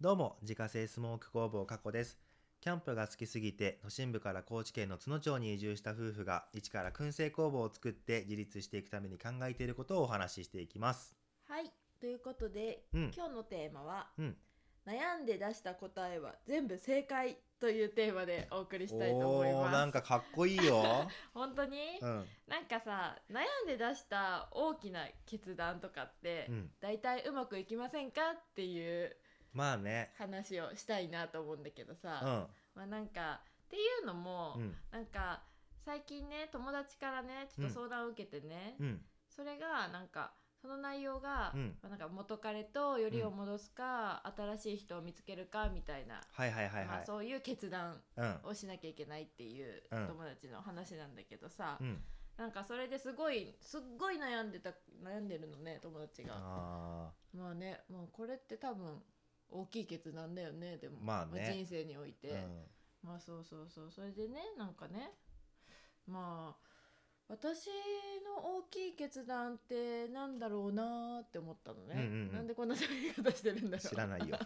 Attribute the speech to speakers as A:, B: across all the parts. A: どうも、自家製スモーク工房加古です。キャンプが好きすぎて、都心部から高知県の津野町に移住した夫婦が、一から燻製工房を作って自立していくために考えていることをお話ししていきます。
B: はいということで、
A: うん
B: 今日のテーマは
A: うん。
B: 「悩んで出した答えは全部正解」というテーマでお送りしたいと
A: お
B: 思い
A: ー、なん
B: ます。
A: かかっこいい よ。
B: 本当に、
A: うん。
B: なんかさ悩んで出した大きな決断とかって、
A: うん。
B: 大体うまくいきませんかっていう
A: まあね。
B: 話をしたいなと思うんだけどさ、
A: うん。
B: まあなんかっていうのも、
A: うん。
B: なんか最近ね友達からねちょっと相談を受けてね、
A: うん。
B: それがなんかその内容が、
A: うん
B: まあ、なんか元彼とよりを戻すか、新しい人を見つけるかみたいな、
A: はいはいはい
B: ま
A: は
B: あ、
A: い。
B: そういう決断
A: うん。
B: をしなきゃいけないっていう
A: うん
B: 友達の話なんだけどさ、
A: うん。
B: なんかそれですごいすっごい悩んでた悩んでるのね友達が。
A: あ
B: まあねもうこれって多分大きい決断だよねでも、
A: まあね
B: 人生において。
A: ー。うん。
B: まあそうそうそうそれでねなんかねまあ私の大きい決断ってなんだろうなーって思ったのね、
A: うんうんうん
B: なんでこんな喋り方してるんだろう
A: 知ら ないよ。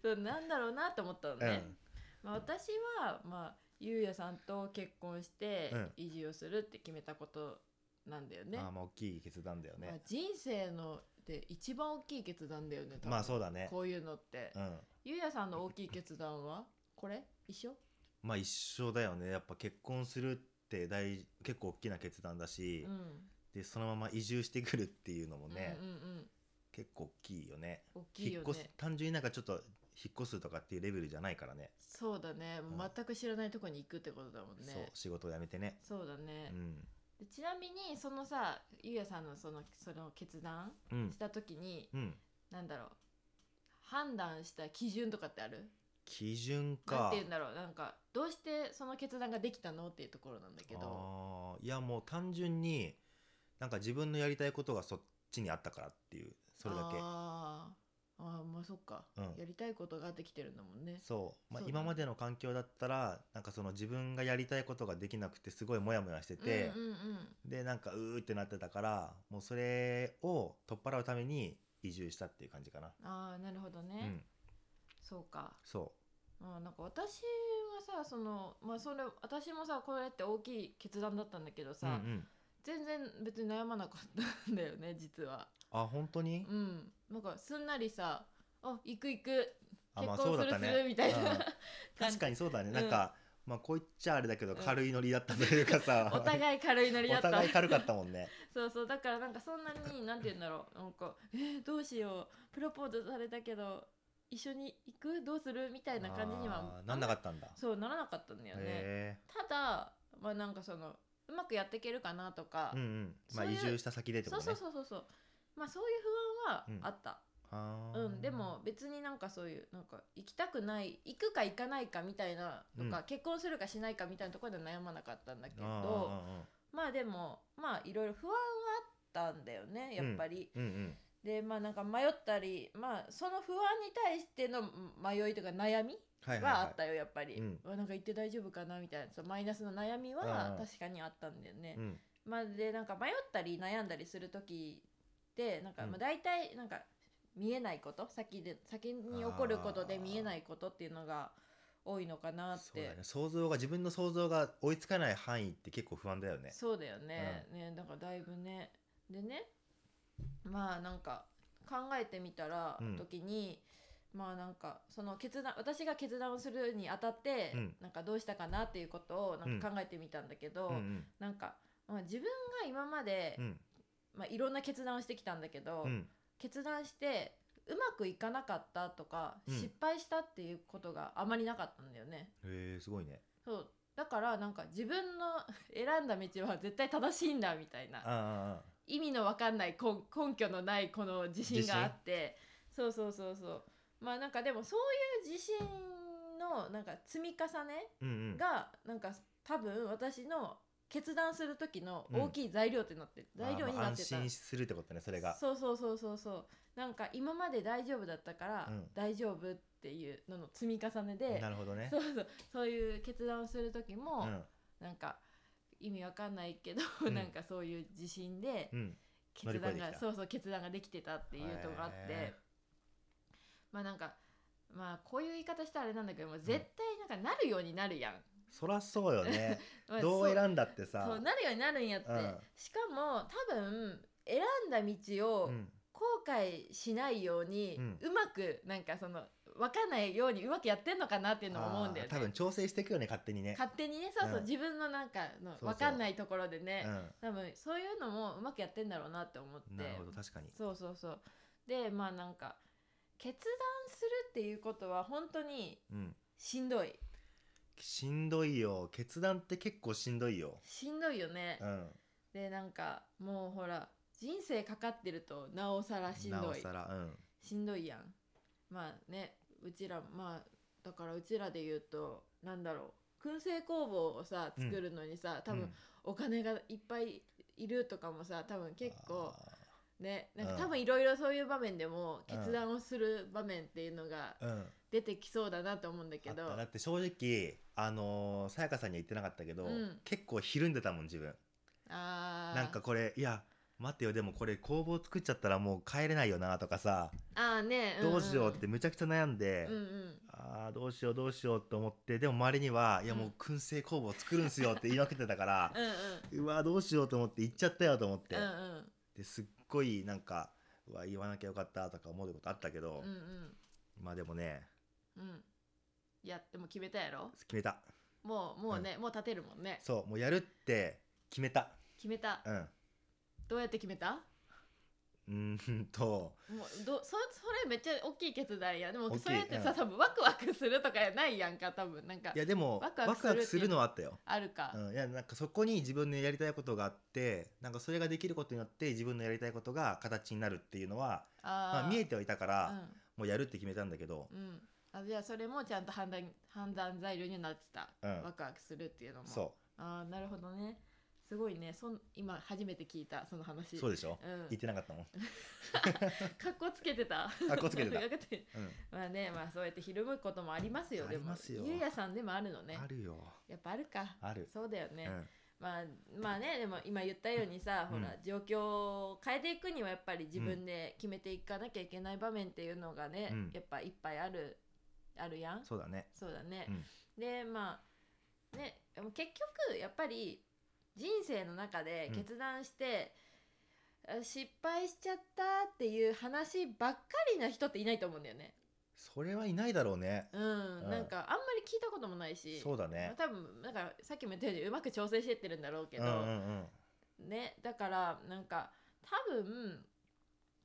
B: そうなんだろうなって思ったの
A: う
B: ね、
A: ん。
B: まあ、私はまあゆうやさんと結婚して
A: うん
B: 移住をするって決めたことなんだよね,、
A: あー、まあ大きい決断だよ
B: まあ
A: ね。、
B: 人生ので一番大きい決断だよね多分
A: まあそうだね。
B: こういうのって、
A: うん。
B: ゆうやさんの大きい決断はこれ一緒、
A: まあ一緒だよねやっぱ結婚するって大事結構大きな決断だし、
B: うん
A: でそのまま移住してくるっていうのもね、
B: うんうんうん
A: 結構大きいよね
B: 大きいよ
A: 引っ越す
B: ね
A: 単純になんかちょっと引っ越すとかっていうレベルじゃないからね
B: そうだね、
A: ん
B: 全く知らないとこに行くってことだもん
A: そう
B: ね
A: 仕事を辞めてね
B: そうだ
A: う
B: ね、
A: ん
B: でちなみにそのさゆうやさんのそのその決断
A: うん
B: した時に、
A: うん
B: なんだろう判断した基準とかってある
A: 基準
B: なん
A: か
B: て言うんだろうなんかどうしてその決断ができたのっていうところなんだけど
A: あーいやもう単純になんか自分のやりたいことがそっちにあったからっていうそれだけ
B: あーあーまあそっか、
A: うん
B: やりたいことができてるんだもんね
A: そう、まあ
B: そうだね
A: 今までの環境だったらなんかその自分がやりたいことができなくてすごいモヤモヤしてて、
B: うんうんうん
A: でなんかうーってなってたからもうそれを取っ払うために移住したっていう感じかな、
B: ああなるほどね、
A: うん
B: そうか
A: そ
B: あなんか私はさそのまあそれ私もさこれって大きい決断だったんだけど
A: う、
B: さ、
A: うんうん、
B: 全然別に悩まなかったんだよね実は
A: あ本当に、
B: うんなんかすんなりさあ行く行く
A: あまあ
B: 結
A: そう
B: 婚
A: だ
B: す
A: っ
B: る
A: た
B: す
A: ね
B: るみたいな
A: うん
B: 感
A: 確
B: じ
A: かにそうだね
B: ん
A: なんか、まあこう言っちゃあれだけど
B: うん
A: 軽いノリだったというかさ、
B: お互い軽いノリだ
A: お
B: った
A: 互い軽かったもんね
B: そうそうだからなんかそんなになんて言うんだろうなんかえーどうしようプロポーズされたけど一緒に行くどうするみたいな感じには
A: あーなんなかったんだ
B: そうならなかったんだよね、
A: へ
B: ただまあなんかそのうまくやっていけるかなとか、
A: えうんうんまあ
B: そうい
A: 移
B: う
A: 住した先でってこ
B: そう
A: と
B: そう
A: ね
B: そうそうそうまあそういう不安はあった、
A: あ
B: う
A: ー
B: んでも別になんかそういうなんか行きたくない行くか行かないかみたいなとか、
A: う
B: 結婚するかしないかみたいなところで悩まなかったんだけ
A: あ
B: ど
A: ーあ
B: まあでもまあいろいろ不安はあったんだよねやっぱり、
A: ーうんうん
B: でまあなんか迷ったりまあその不安に対しての迷いとか悩み
A: はいはい、
B: はあっ
A: は
B: たよやっぱり、
A: うん
B: うわなんか行って大丈夫かなみたいなそのマイナスの悩み
A: うん
B: は
A: うん
B: 確かにあったんだよね
A: い、、うん、
B: まあ、でなんか迷ったり悩んだりする時ってなんか
A: うん
B: まあ大体なんか見えないこと、先で先に起こることで見えないことっていうのが多いのかなっ
A: そう
B: て
A: だね想像が自分の想像が追いつかない範囲って結構不安だよね
B: そうだよね,、ねだからだいぶねでねまあなんか考えてみたら
A: うん
B: 時に、まあなんかその決断私が決断をするにあたって、
A: うん
B: なんかどうしたかなっていうことをなんか考えてみたんだけど、
A: うんうん
B: なんか、まあ、自分が今まで、
A: うん
B: まあ、いろんな決断をしてきたんだけど、
A: うん
B: 決断してうまくいかなかったとか、
A: うん
B: 失敗したっていうことがあまりなかったんだよね。
A: へえすごいね
B: そうだからなんか自分の 選んだ道は絶対正しいんだみたいな
A: ああ
B: 意味のわかんない根根拠のないこの自信があってそうそうそうそうまあなんかでもそういう自信のなんか積み重ね
A: うんうん
B: がなんか多分私の決断する時の大きい材料ってなって、材料になって
A: あ
B: た
A: ーまあ安心するってことねそれが
B: そうそうそうそうそうなんか今まで大丈夫だったから、
A: うん
B: 大丈夫っていうのの積み重ねで
A: なるほどね
B: そうそうそういう決断をする時も、
A: うん
B: なんか意味わかんないけど、
A: うん
B: なんかそういう自信で
A: うん
B: 決
A: 乗り
B: 断
A: 越えてき
B: が
A: た
B: そうそう決断ができてたっていうとこがあって
A: へー
B: まあなんかまあこういう言い方したらあれなんだけども絶対なんかなるようになるやん、
A: そらそうよね
B: まあ
A: どう
B: そう
A: 選んだってさ
B: そうなるようになるんやって、
A: うん
B: しかも多分選んだ道を
A: うん
B: 後悔しないように、
A: う
B: うまくなんかその分かんないようにうまくやってんのかなっていうのも思うんだ
A: あ
B: よ
A: ー多分
B: ね
A: 調整していくよね勝手にね
B: 勝手にねそうそう、
A: うん
B: 自分のなんかの
A: うそう
B: 分かんないところでね
A: うん
B: 多分そういうのもうまくやってんだろうなって思って
A: なるほど確かに
B: そうそうそうでまあなんか決断するっていうことは本当に
A: うん
B: しんどい
A: しんどいよ決断って結構しんどいよ
B: しんどいよね
A: う、ん
B: でなんかもうほら人生かかってるとなおさらしん
A: な
B: ど
A: お
B: い
A: さらうん
B: しんどいやんまあねうちらまあだからうちらで言うとなんだろう燻製工房をさ
A: うん
B: 作るのにさ、多
A: う
B: 分
A: ん
B: お金がいっぱいいるとかもさ多分結構
A: あ
B: ねなん
A: う
B: か
A: ん
B: 多分いろいろそういう場面でも
A: うん
B: 決断をする場面っていうのが
A: ーうん
B: 出てきそうだなと思うんだけど
A: あっただって正直あのーさやかさんには言ってなかったけど、
B: うん
A: 結構ひるんでたもん自分
B: あー
A: なんかこれいや待ってよでもこれ工房作っちゃったらもう帰れないよなとかさ、
B: あーねんん
A: どうしようってむちゃくちゃ悩んで、
B: うんうん
A: あーどうしようどうしようと思ってでも周りには「いやもう燻製工房作るんすよ」って言いまくってたから
B: うんうん
A: うわどうしようと思って行っちゃったよと思って、
B: うんうん
A: ですっごいなんかうわ言わなきゃよかったとか思うことあったけど、
B: うんうん
A: まあでもね
B: うんいやでも決めたやろ
A: 決めた
B: もうもうね、もう立てるもんね
A: そうもうやるって決めた
B: 決めた
A: うん
B: どうやって決めた
A: うーんと
B: もうどそそれめっちゃ大きい決断やでも
A: 大きい
B: それってさ、
A: うん
B: 多分ワクワクするとかやないやんか多分なんか
A: いやでも
B: ワ
A: ワ
B: ク
A: ク
B: ワ
A: ワ
B: クするっていう
A: クするのはあったよ、
B: あるか、
A: うん、いやなんかそこに自分のやりたいことがあってなんかそれができることによって自分のやりたいことが形になるっていうのは
B: あー、
A: まあ、見えてはいたから、
B: う
A: もうやるって決めたんだけど、
B: ん、うん、あじゃあそれもちゃんと判断判断材料になってた、
A: うん
B: ワクワクするっていうのも
A: そ
B: あーなるほどねすごいねそん今初めて聞いたその話
A: うそうでしょ、
B: うん
A: 言ってなかったもん、
B: かっこつけてた
A: かっこつけてた
B: かっこつけて
A: うん
B: まあねまあそうやってひるむこともありますよ
A: ありますよ
B: でもゆうやさんでもあるのね
A: あるよ
B: やっぱあるか
A: ある、
B: そうだよね、
A: うん
B: まあまあねでも今言ったようにさ、
A: うん
B: ほら状況を変えていくにはやっぱり自分で決めていかなきゃいけない場面っていうのがね、
A: うん
B: やっぱいっぱいあるあるやん
A: そうだね
B: そうだね、
A: うん
B: でまあねでも結局やっぱり人生の中で決断して、あ失敗しちゃったっていう話ばっかりな人っていないと思うんだよね
A: それはいないだろうね、
B: うん、
A: うん
B: なんかあんまり聞いたこともないし
A: そうだ
B: ま
A: ね
B: あ、多分なんかさっきも言ったようにうまく調整してってるんだろうけ
A: うん
B: ど、
A: うんうん
B: ねだからなんか多分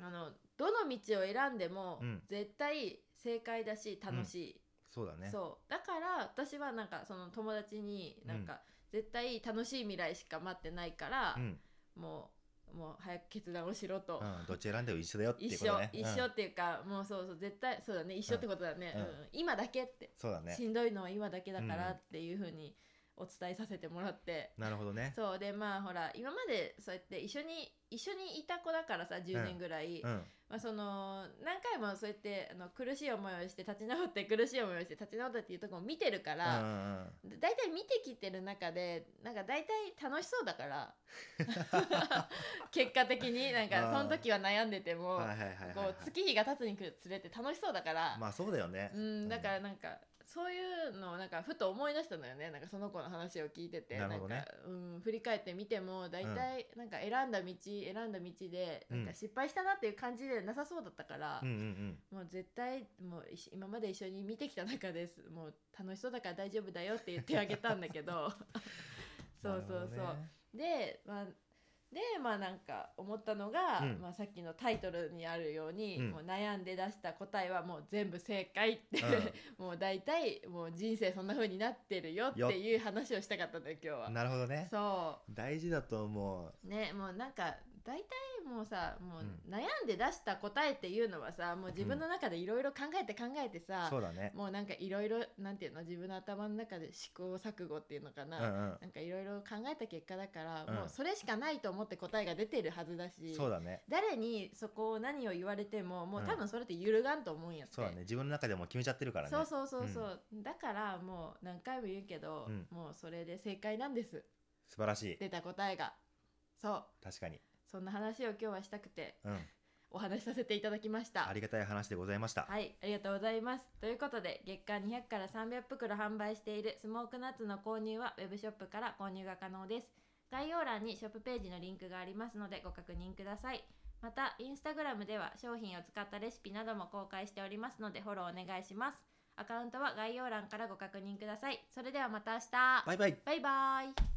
B: あのどの道を選んでも
A: うん
B: 絶対正解だし楽し
A: そうだ
B: い、
A: ね
B: そうだから私はなんかその友達になんか絶対楽しい未来しか待ってないから、
A: ん
B: もうもう早く決断をしろと、
A: うん、どっち選んでも一緒だよっていう
B: 一
A: こと
B: 緒
A: ね
B: 一
A: う
B: 緒
A: ん
B: っていうか、もうそうそう絶対そうだね一緒ってことだね、
A: うん
B: うん今だけって、
A: そうだね
B: しんどいのは今だけだか
A: うん
B: らっていうふうにお伝えさせてもらって。
A: なるほどね
B: そうでまあほら今までそうやって一緒に一緒にいた子だからさ10年ぐらい、
A: うん
B: まあ、その何回もそうやってあの苦しい思いをして立ち直って苦しい思いをして立ち直ったっていうとこも見てるか
A: うんう
B: ら、
A: んうん
B: だ大体見てきてる中でなんか大体楽しそうだから 結果的になんか
A: あー
B: その時は悩んでても
A: はいはいはいはい、
B: こ
A: は
B: う月日が経つにつれて楽しそうだから、
A: い、まあそうだよね
B: うんだから
A: うん
B: なんかそういうのをなんかふと思い出したのよねなんかその子の話を聞いてて
A: なるほどね
B: んか、うん、振り返ってみても大体なんか選んだ道、選んだ道で
A: う
B: なんんか失敗したなっていう感じでなさそうだったから、
A: うんうん
B: もう絶対もう一緒今まで一緒に見てきた中ですもう楽しそうだから大丈夫だよって言ってあげたんだ けど
A: うん
B: そうそうそ
A: なる
B: う、
A: ほどね
B: で、まあ、でまあなんか思ったのが、
A: うん
B: まあ、さっきのタイトルにあるように、
A: うん
B: もう悩んで出した答えはもう全部正解って、もう大体もう人生そんな風になってるよって
A: よっ
B: いう話をしたかったんだよ今日は。
A: なるほどね
B: そ
A: 大事だと思う
B: うねもうなんか大体もうさも
A: うん
B: う悩んで出した答えっていうのはさもう自分の中でいろいろ考えて考えてさ、
A: そうだね
B: もうなんかいろいろなんていうの自分の頭の中で試行錯誤っていうのか
A: う
B: な、
A: んうん
B: なんかいろいろ考えた結果だから、
A: うん
B: もうそれしかないと思って答えが出てるはずだし
A: そうだね
B: 誰にそこを何を言われてももう
A: うん
B: 多分それって揺るがんと思うんやって、
A: そうだね自分の中でもう決めちゃってるからね
B: そうそうそうそう、だからもう何回も言うけど、
A: うん
B: もうそれで正解なんです
A: 素晴らしい
B: 出た答えがそう
A: 確かに
B: そんな話を今日はしたくて
A: うん
B: お話しさせていただきました
A: ありがたい話でございました。
B: はい、ありがとうございます。ということで、月間200から300袋販売しているスモークナッツの購入は Web ショップから購入が可能です。概要欄にショップページのリンクがありますのでご確認ください。また、インスタグラムでは商品を使ったレシピなども公開しておりますのでフォローお願いします。アカウントは概要欄からご確認ください。それではまた明日。
A: バイバイ
B: バイバイ。